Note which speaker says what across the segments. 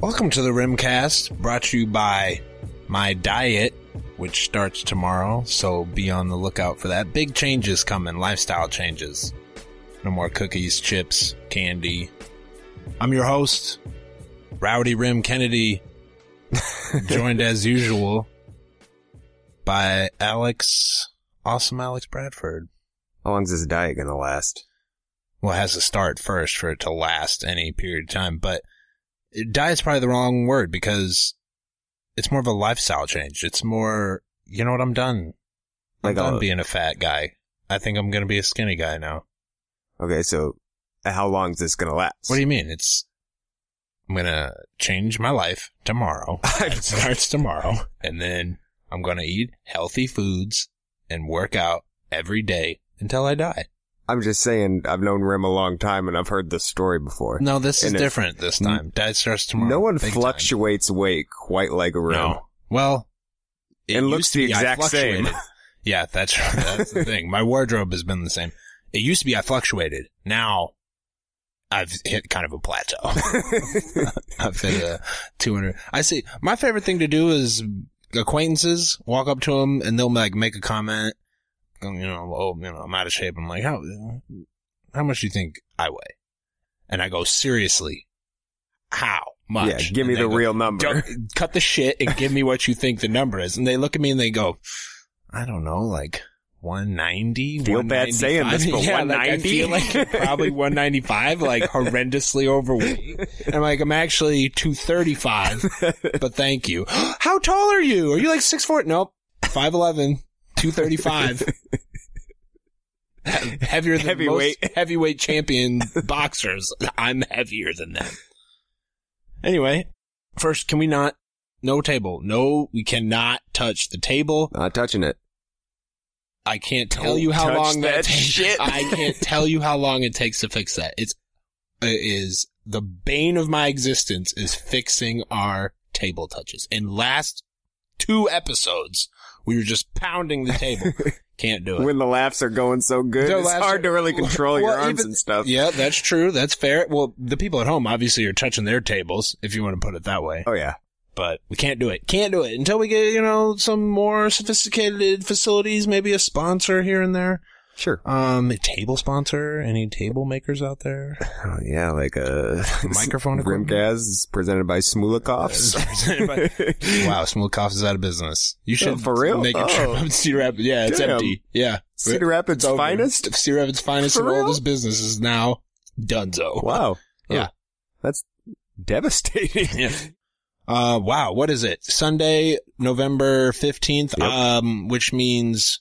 Speaker 1: Welcome to the Rimcast, brought to you by my diet, which starts tomorrow. So be on the lookout for that. Big changes coming, lifestyle changes. No more cookies, chips, candy. I'm your host, Rowdy Rim Kennedy, joined as usual by Alex, awesome Alex Bradford.
Speaker 2: How long's this diet gonna last?
Speaker 1: well, it has to start first for it to last any period of time. But diet's probably the wrong word because it's more of a lifestyle change. It's more, you know what? I'm done. I'm
Speaker 2: Like uh,
Speaker 1: done
Speaker 2: a-
Speaker 1: being a fat guy. I think I'm gonna be a skinny guy now.
Speaker 2: Okay, so how long's this gonna last?
Speaker 1: What do you mean? It's I'm gonna change my life tomorrow. it starts tomorrow, and then I'm gonna eat healthy foods and work out every day until I die.
Speaker 2: I'm just saying, I've known Rim a long time and I've heard this story before.
Speaker 1: No, this is
Speaker 2: And if-
Speaker 1: different this time. Diet starts tomorrow.
Speaker 2: No one
Speaker 1: Big time.
Speaker 2: fluctuates weight quite like a Rim.
Speaker 1: No. Well,
Speaker 2: It
Speaker 1: used
Speaker 2: looks
Speaker 1: to
Speaker 2: the
Speaker 1: be I
Speaker 2: exact same.
Speaker 1: fluctuated. Yeah, that's that's the thing. My wardrobe has been the same. It used to be I fluctuated. Now I've hit kind of a plateau. I've hit a 200. I see. My favorite thing to do is acquaintances walk up to them and they'll like make a comment. um, You know, oh, you know, I'm out of shape. I'm like, how how much do you think I weigh? And I go seriously, how much?
Speaker 2: yeah, give me
Speaker 1: And they
Speaker 2: the
Speaker 1: go,
Speaker 2: real number.
Speaker 1: don't- cut the shit and give me what you think the number is. And they look at me and they go, I don't know, like 190.
Speaker 2: Feel bad saying this,
Speaker 1: 195?
Speaker 2: but
Speaker 1: yeah, like, I
Speaker 2: 190?
Speaker 1: feel like probably 195, like horrendously overweight. And I'm like, I'm actually 235, but thank you. How tall are you? Are you like six foot? Nope. 5'11, 235. He- Heavier than
Speaker 2: Heavyweight.
Speaker 1: most heavyweight champion boxers. I'm heavier than them. Anyway, first, can we not? No table. No, we cannot touch the table.
Speaker 2: Not touching it.
Speaker 1: I can't tell
Speaker 2: Don't
Speaker 1: you how
Speaker 2: touch
Speaker 1: long that,
Speaker 2: that
Speaker 1: takes.
Speaker 2: shit.
Speaker 1: I can't tell you how long it takes to fix that. It's it is the bane of my existence is fixing our table touches. In last two episodes, we were just pounding the table. can't do it.
Speaker 2: When the laughs are going so good,
Speaker 1: The
Speaker 2: it's
Speaker 1: laughs
Speaker 2: hard
Speaker 1: are-
Speaker 2: to really control your
Speaker 1: Well,
Speaker 2: arms
Speaker 1: even-
Speaker 2: and stuff.
Speaker 1: Yeah, that's true. That's fair. Well, the people at home obviously are touching their tables, if you want to put it that way.
Speaker 2: Oh yeah.
Speaker 1: But we can't do it. Can't do it until we get, you know, some more sophisticated facilities, maybe a sponsor here and there.
Speaker 2: Sure.
Speaker 1: Um, a table sponsor? Any table makers out there?
Speaker 2: Oh, yeah, like a
Speaker 1: Microphone equipment?
Speaker 2: Rimcast is presented by Smulikovs.
Speaker 1: wow, Smolkoff is out of business. You should
Speaker 2: Oh, for real?
Speaker 1: make a trip
Speaker 2: Oh.
Speaker 1: up to Cedar Rapids. Yeah, it's
Speaker 2: Damn.
Speaker 1: empty. Yeah.
Speaker 2: Cedar
Speaker 1: It's
Speaker 2: Rapids
Speaker 1: over.
Speaker 2: finest.
Speaker 1: Cedar Rapids finest
Speaker 2: For
Speaker 1: and all
Speaker 2: real?
Speaker 1: this business is now donezo.
Speaker 2: Wow.
Speaker 1: Yeah.
Speaker 2: That's devastating.
Speaker 1: Yeah. Uh, wow. What is it? Sunday, November 15th,
Speaker 2: Yep.
Speaker 1: um, which means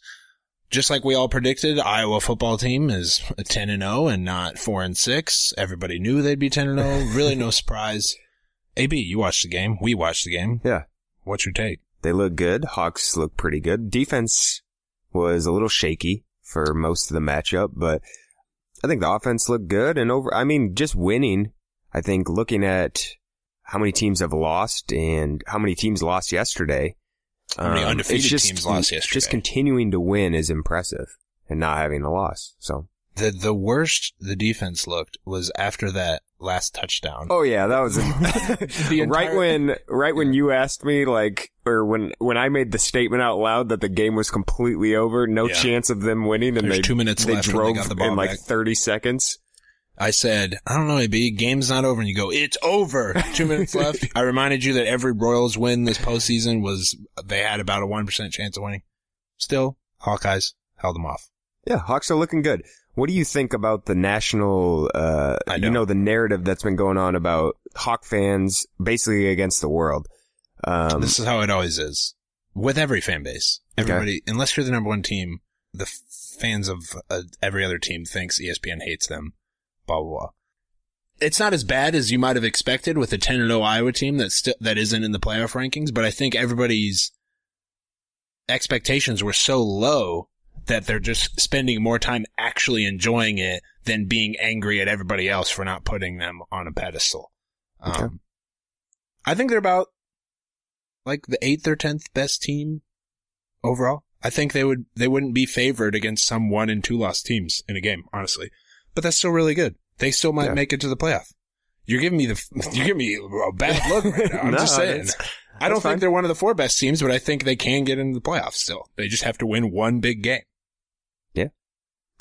Speaker 1: just like we all predicted, Iowa football team is 10 and 0 and not 4 and 6. Everybody knew they'd be 10 and 0. Really no surprise. AB, you watched the game. We watched the game.
Speaker 2: Yeah.
Speaker 1: What's your take?
Speaker 2: They look good. Hawks look pretty good. Defense was a little shaky for most of the matchup, but I think the offense looked good and over, I mean, just winning. I think looking at how many teams have lost and how many teams lost yesterday.
Speaker 1: How many
Speaker 2: um,
Speaker 1: undefeated
Speaker 2: it's just-
Speaker 1: teams lost yesterday?
Speaker 2: Just continuing to win is impressive and not having a loss. So,
Speaker 1: The, the worst the defense looked was after that last touchdown.
Speaker 2: Oh yeah, that was
Speaker 1: The entire-
Speaker 2: right when right when you asked me like or when when I made the statement out loud that the game was completely over, no
Speaker 1: Yeah.
Speaker 2: chance of them winning, and
Speaker 1: There's
Speaker 2: they
Speaker 1: two minutes
Speaker 2: they
Speaker 1: left when they
Speaker 2: drove
Speaker 1: got the ball
Speaker 2: in like
Speaker 1: back.
Speaker 2: 30 seconds.
Speaker 1: I said, I don't know, AB, game's not over. And you go, it's over. Two minutes left. I reminded you that every Royals win this postseason was, they had about a 1% chance of winning. Still, Hawkeyes held them off.
Speaker 2: Yeah, Hawks are looking good. What do you think about the national, uh,
Speaker 1: I
Speaker 2: you
Speaker 1: know.
Speaker 2: know, the narrative that's been going on about Hawk fans basically against the world? Um,
Speaker 1: this is how it always is with every fan base.
Speaker 2: Okay.
Speaker 1: Everybody, unless you're the number one team, the f- fans of uh, every other team thinks E ESPN hates them. Blah blah. blah. It's not as bad as you might have expected with a 10 0 Iowa team that still that isn't in the playoff rankings, but I think everybody's expectations were so low that they're just spending more time actually enjoying it than being angry at everybody else for not putting them on a pedestal.
Speaker 2: Okay.
Speaker 1: Um, I think they're about like the eighth or tenth best team overall. I think they would they wouldn't be favored against some one and two loss teams in a game, honestly. But that's still really good. They still might
Speaker 2: Yeah.
Speaker 1: make it to the playoff. You're giving me the you're giving me a bad look right now. I'm
Speaker 2: No,
Speaker 1: just saying.
Speaker 2: it's-
Speaker 1: I don't
Speaker 2: that's fine.
Speaker 1: think they're one of the four best teams, but I think they can get into the playoffs still. They just have to win one big game.
Speaker 2: Yeah.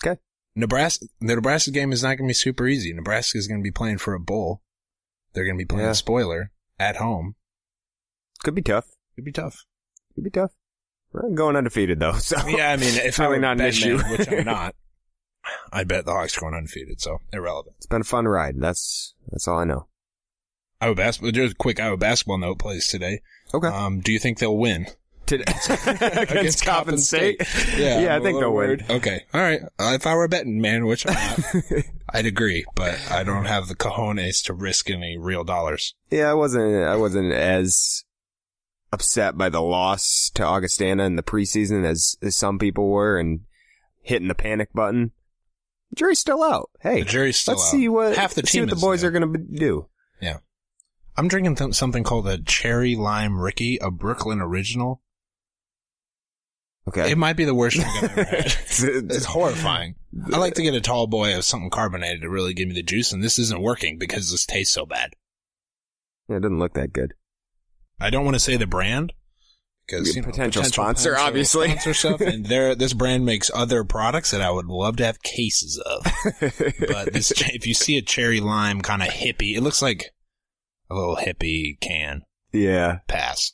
Speaker 2: Okay.
Speaker 1: Nebraska, the Nebraska game is not going to be super easy. Nebraska is going to be playing for a bowl. They're going to be playing
Speaker 2: Yeah.
Speaker 1: a spoiler at home.
Speaker 2: Could be tough.
Speaker 1: It'd be tough.
Speaker 2: Could be tough. We're going undefeated though, so
Speaker 1: Yeah, I mean, if I
Speaker 2: Probably
Speaker 1: were
Speaker 2: not an
Speaker 1: betting
Speaker 2: issue.
Speaker 1: it, which I'm not, I bet the Hawks going undefeated, so irrelevant.
Speaker 2: it's been a fun ride. That's that's all I know.
Speaker 1: Iowa basketball. Just a quick Iowa basketball note plays today.
Speaker 2: Okay.
Speaker 1: Um, do you think they'll win?
Speaker 2: Today
Speaker 1: Against Coppin State.
Speaker 2: Yeah, I
Speaker 1: I'm a
Speaker 2: think
Speaker 1: little
Speaker 2: they'll win.
Speaker 1: worried. Okay, all right. Uh, if I were a betting man, which I'm not, I'd agree, but I don't have the cojones to risk any real dollars.
Speaker 2: Yeah, I wasn't I wasn't as upset by the loss to Augustana in the preseason as, as some people were and hitting the panic button. jury's still out. Hey,
Speaker 1: The jury's still
Speaker 2: let's
Speaker 1: out.
Speaker 2: see what
Speaker 1: half the
Speaker 2: let's
Speaker 1: team
Speaker 2: see what
Speaker 1: is
Speaker 2: the boys
Speaker 1: there.
Speaker 2: are going to do.
Speaker 1: I'm drinking th- something called a cherry lime Ricky, a Brooklyn original.
Speaker 2: Okay.
Speaker 1: It might be the worst drink I've ever had. It's
Speaker 2: It's-
Speaker 1: horrifying. I like to get a tall boy of something carbonated to really give me the juice, and this isn't working because this tastes so bad.
Speaker 2: yeah, it doesn't look that good.
Speaker 1: I don't want to say the brand because
Speaker 2: Your
Speaker 1: you know,
Speaker 2: potential sponsor, obviously.
Speaker 1: sponsor stuff. And there, this brand makes other products that I would love to have cases of. But this, ch- if you see a cherry lime kind of hippie, it looks like a little hippie can
Speaker 2: yeah.
Speaker 1: pass.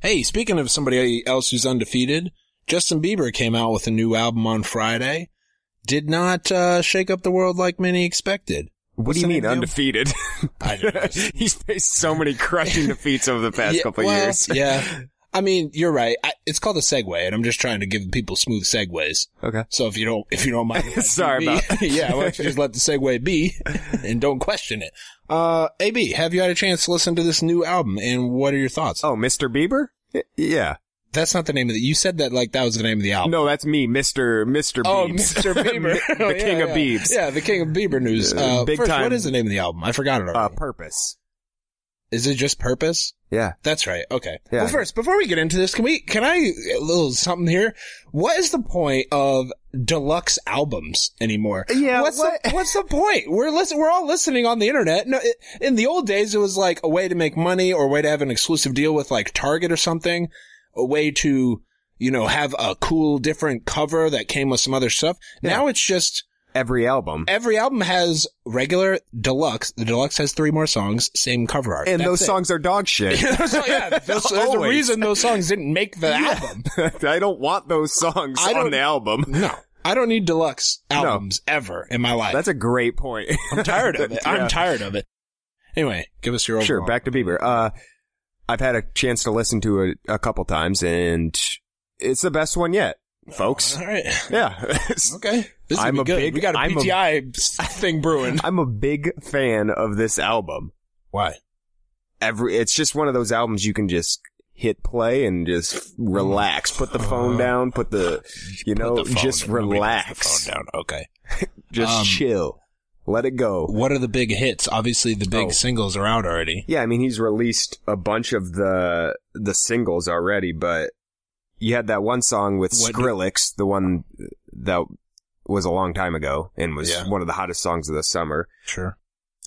Speaker 1: Hey, speaking of somebody else who's undefeated, Justin Bieber came out with a new album on Friday. Did not uh, shake up the world like many expected.
Speaker 2: What
Speaker 1: What's
Speaker 2: do you
Speaker 1: the
Speaker 2: mean
Speaker 1: name, Jim?
Speaker 2: undefeated?
Speaker 1: I don't know.
Speaker 2: He's faced so many crushing defeats over the past
Speaker 1: Yeah,
Speaker 2: couple
Speaker 1: well,
Speaker 2: years.
Speaker 1: yeah. I mean, you're right. I, it's called a segue, and I'm just trying to give people smooth segues.
Speaker 2: Okay.
Speaker 1: So if you don't, if you don't mind, if I do
Speaker 2: Sorry
Speaker 1: be-
Speaker 2: about that.
Speaker 1: yeah, why don't you just let the segue be and don't question it. Uh, AB, have you had a chance to listen to this new album, and what are your thoughts?
Speaker 2: Oh, Mr. Bieber? Y- Yeah.
Speaker 1: That's not the name of the. You said that like that was the name of the album.
Speaker 2: No, that's me, Mr. Mr.
Speaker 1: Oh,
Speaker 2: Biebs.
Speaker 1: Mr. Bieber,
Speaker 2: the
Speaker 1: Oh, yeah,
Speaker 2: king of
Speaker 1: yeah.
Speaker 2: Biebs.
Speaker 1: Yeah, the king of Bieber news.
Speaker 2: Uh,
Speaker 1: Uh,
Speaker 2: big
Speaker 1: first,
Speaker 2: time.
Speaker 1: What is the name of the album? I forgot it
Speaker 2: Uh,
Speaker 1: already.
Speaker 2: purpose.
Speaker 1: is it just Purpose?
Speaker 2: Yeah.
Speaker 1: That's right. Okay.
Speaker 2: Yeah.
Speaker 1: Well, first, before we get into this, can we, can I, a little something here? What is the point of deluxe albums anymore?
Speaker 2: Yeah,
Speaker 1: What's the,
Speaker 2: what-
Speaker 1: what's the point? We're listen, we're all listening on the internet. No, it, in the old days, it was like a way to make money or a way to have an exclusive deal with like Target or something, a way to, you know, have a cool different cover that came with some other stuff.
Speaker 2: Yeah.
Speaker 1: Now it's just
Speaker 2: Every album.
Speaker 1: every album has regular deluxe. The deluxe has three more songs, same cover art.
Speaker 2: and
Speaker 1: That's
Speaker 2: those
Speaker 1: it.
Speaker 2: songs are dog shit.
Speaker 1: So, yeah, that's, there's a
Speaker 2: Always.
Speaker 1: reason those songs didn't make the album.
Speaker 2: I don't want those songs
Speaker 1: I
Speaker 2: on
Speaker 1: don't-
Speaker 2: the album.
Speaker 1: No, I don't need deluxe albums ever in my life.
Speaker 2: That's a great point.
Speaker 1: I'm tired of it.
Speaker 2: Yeah.
Speaker 1: I'm tired of it. Anyway, give us your overall.
Speaker 2: Sure, back to Bieber. Uh, I've had a chance to listen to it a couple times, and it's the best one yet, folks.
Speaker 1: All right.
Speaker 2: Yeah.
Speaker 1: Okay. This
Speaker 2: I'm
Speaker 1: I'm
Speaker 2: a
Speaker 1: good.
Speaker 2: big-
Speaker 1: we got a
Speaker 2: I'm a-
Speaker 1: PTI thing brewing.
Speaker 2: I'm a big fan of this album.
Speaker 1: Why?
Speaker 2: Every, it's just one of those albums you can just hit play and just relax. Put the phone down. Put
Speaker 1: Uh,
Speaker 2: the, you know, just relax.
Speaker 1: phone down. Okay.
Speaker 2: Just
Speaker 1: Um,
Speaker 2: chill. Let it go.
Speaker 1: What are the big hits? Obviously, the big
Speaker 2: Oh.
Speaker 1: singles are out already.
Speaker 2: Yeah, I mean he's released a bunch of the the singles already, but you had that one song with
Speaker 1: What-
Speaker 2: Skrillex, the one that was a long time ago and was
Speaker 1: Yeah.
Speaker 2: one of the hottest songs of the summer.
Speaker 1: Sure.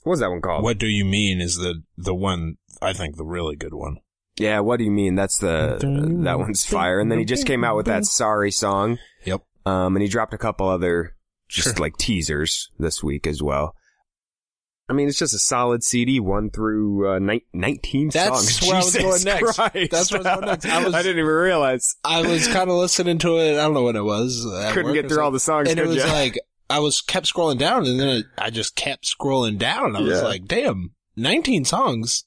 Speaker 2: What was that one called?
Speaker 1: What do you mean? Is the the one I think the really good one?
Speaker 2: Yeah, what do you mean? That's the that one's fire. And then he just came out with that sorry song.
Speaker 1: Yep.
Speaker 2: Um, and he dropped a couple other just
Speaker 1: Sure.
Speaker 2: like teasers this week as well. I mean, it's just a solid CD, one through uh, ni- nineteen songs.
Speaker 1: That's where I was
Speaker 2: Jesus
Speaker 1: going next.
Speaker 2: Christ.
Speaker 1: That's where I was going next. I was-
Speaker 2: didn't even realize.
Speaker 1: I was kind of listening to it. I don't know what it was. at
Speaker 2: Couldn't
Speaker 1: work
Speaker 2: get
Speaker 1: or
Speaker 2: through all the songs,
Speaker 1: and it
Speaker 2: could
Speaker 1: was uh,
Speaker 2: ya?
Speaker 1: like I was kept scrolling down, and then I just kept scrolling down. I was
Speaker 2: Yeah.
Speaker 1: like, "Damn, nineteen songs."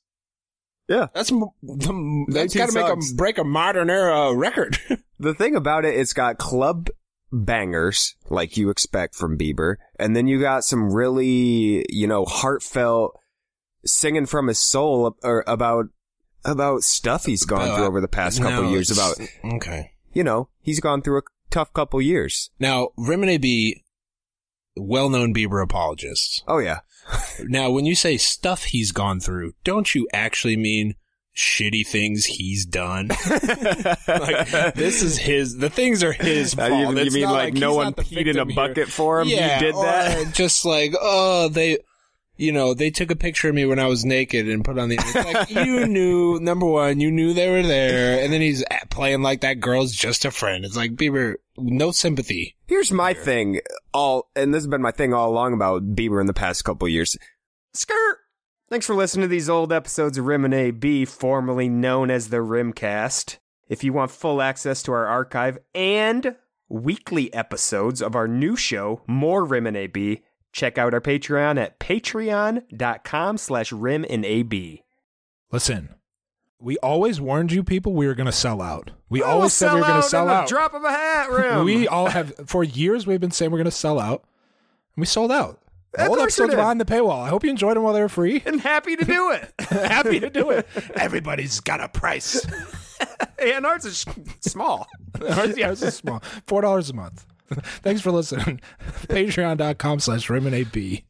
Speaker 2: Yeah.
Speaker 1: that's m- the, that's
Speaker 2: 19
Speaker 1: got to make
Speaker 2: songs.
Speaker 1: a break a modern era record.
Speaker 2: the thing about it, it's got club bangers like you expect from Bieber, and then you got some really, you know, heartfelt singing from his soul ab- or about about stuff he's gone
Speaker 1: About-
Speaker 2: through over the past couple
Speaker 1: No,
Speaker 2: years. About
Speaker 1: it's- okay.
Speaker 2: you know, he's gone through a tough couple years.
Speaker 1: Now, Remini B, well-known Bieber apologist.
Speaker 2: Oh yeah,
Speaker 1: Now, when you say stuff he's gone through, don't you actually mean shitty things he's done? like this is his. The things are his
Speaker 2: Uh,
Speaker 1: fault.
Speaker 2: you, you
Speaker 1: It's
Speaker 2: mean
Speaker 1: not
Speaker 2: like
Speaker 1: he's
Speaker 2: no
Speaker 1: not
Speaker 2: one
Speaker 1: the
Speaker 2: peed in a
Speaker 1: victim here.
Speaker 2: bucket for him?
Speaker 1: Yeah,
Speaker 2: you did
Speaker 1: or
Speaker 2: that.
Speaker 1: Just like oh, they.
Speaker 3: you know, they took a picture of me when I was naked and put on the. It's like you knew number one, you knew they were there, and then he's at- playing like that girl's just a friend. It's like Bieber, no sympathy.
Speaker 2: Here's my thing, all, and this has been my thing all along about Bieber in the past couple years. Skirt. Thanks for listening to these old episodes of Rim and AB, formerly known as the Rimcast. If you want full access to our archive and weekly episodes of our new show, More Rim and AB, check out our Patreon at patreon.com slash rim and AB.
Speaker 1: Listen, we always warned you people we were going to sell out. We always said we were going to sell out.
Speaker 2: Drop of a hat, Rim.
Speaker 1: We all have for years we've been saying we're going to sell out, and we sold out.
Speaker 2: Of
Speaker 1: All
Speaker 2: course you
Speaker 1: episodes
Speaker 2: did.
Speaker 1: behind the paywall. I hope you enjoyed them while they were free.
Speaker 2: and happy to do it.
Speaker 1: Happy to do it. Everybody's got a price.
Speaker 2: and ours is small.
Speaker 1: Ours, yeah, ours is small. Four dollars a month. Thanks for listening. Patreon.com slash Raymond AB.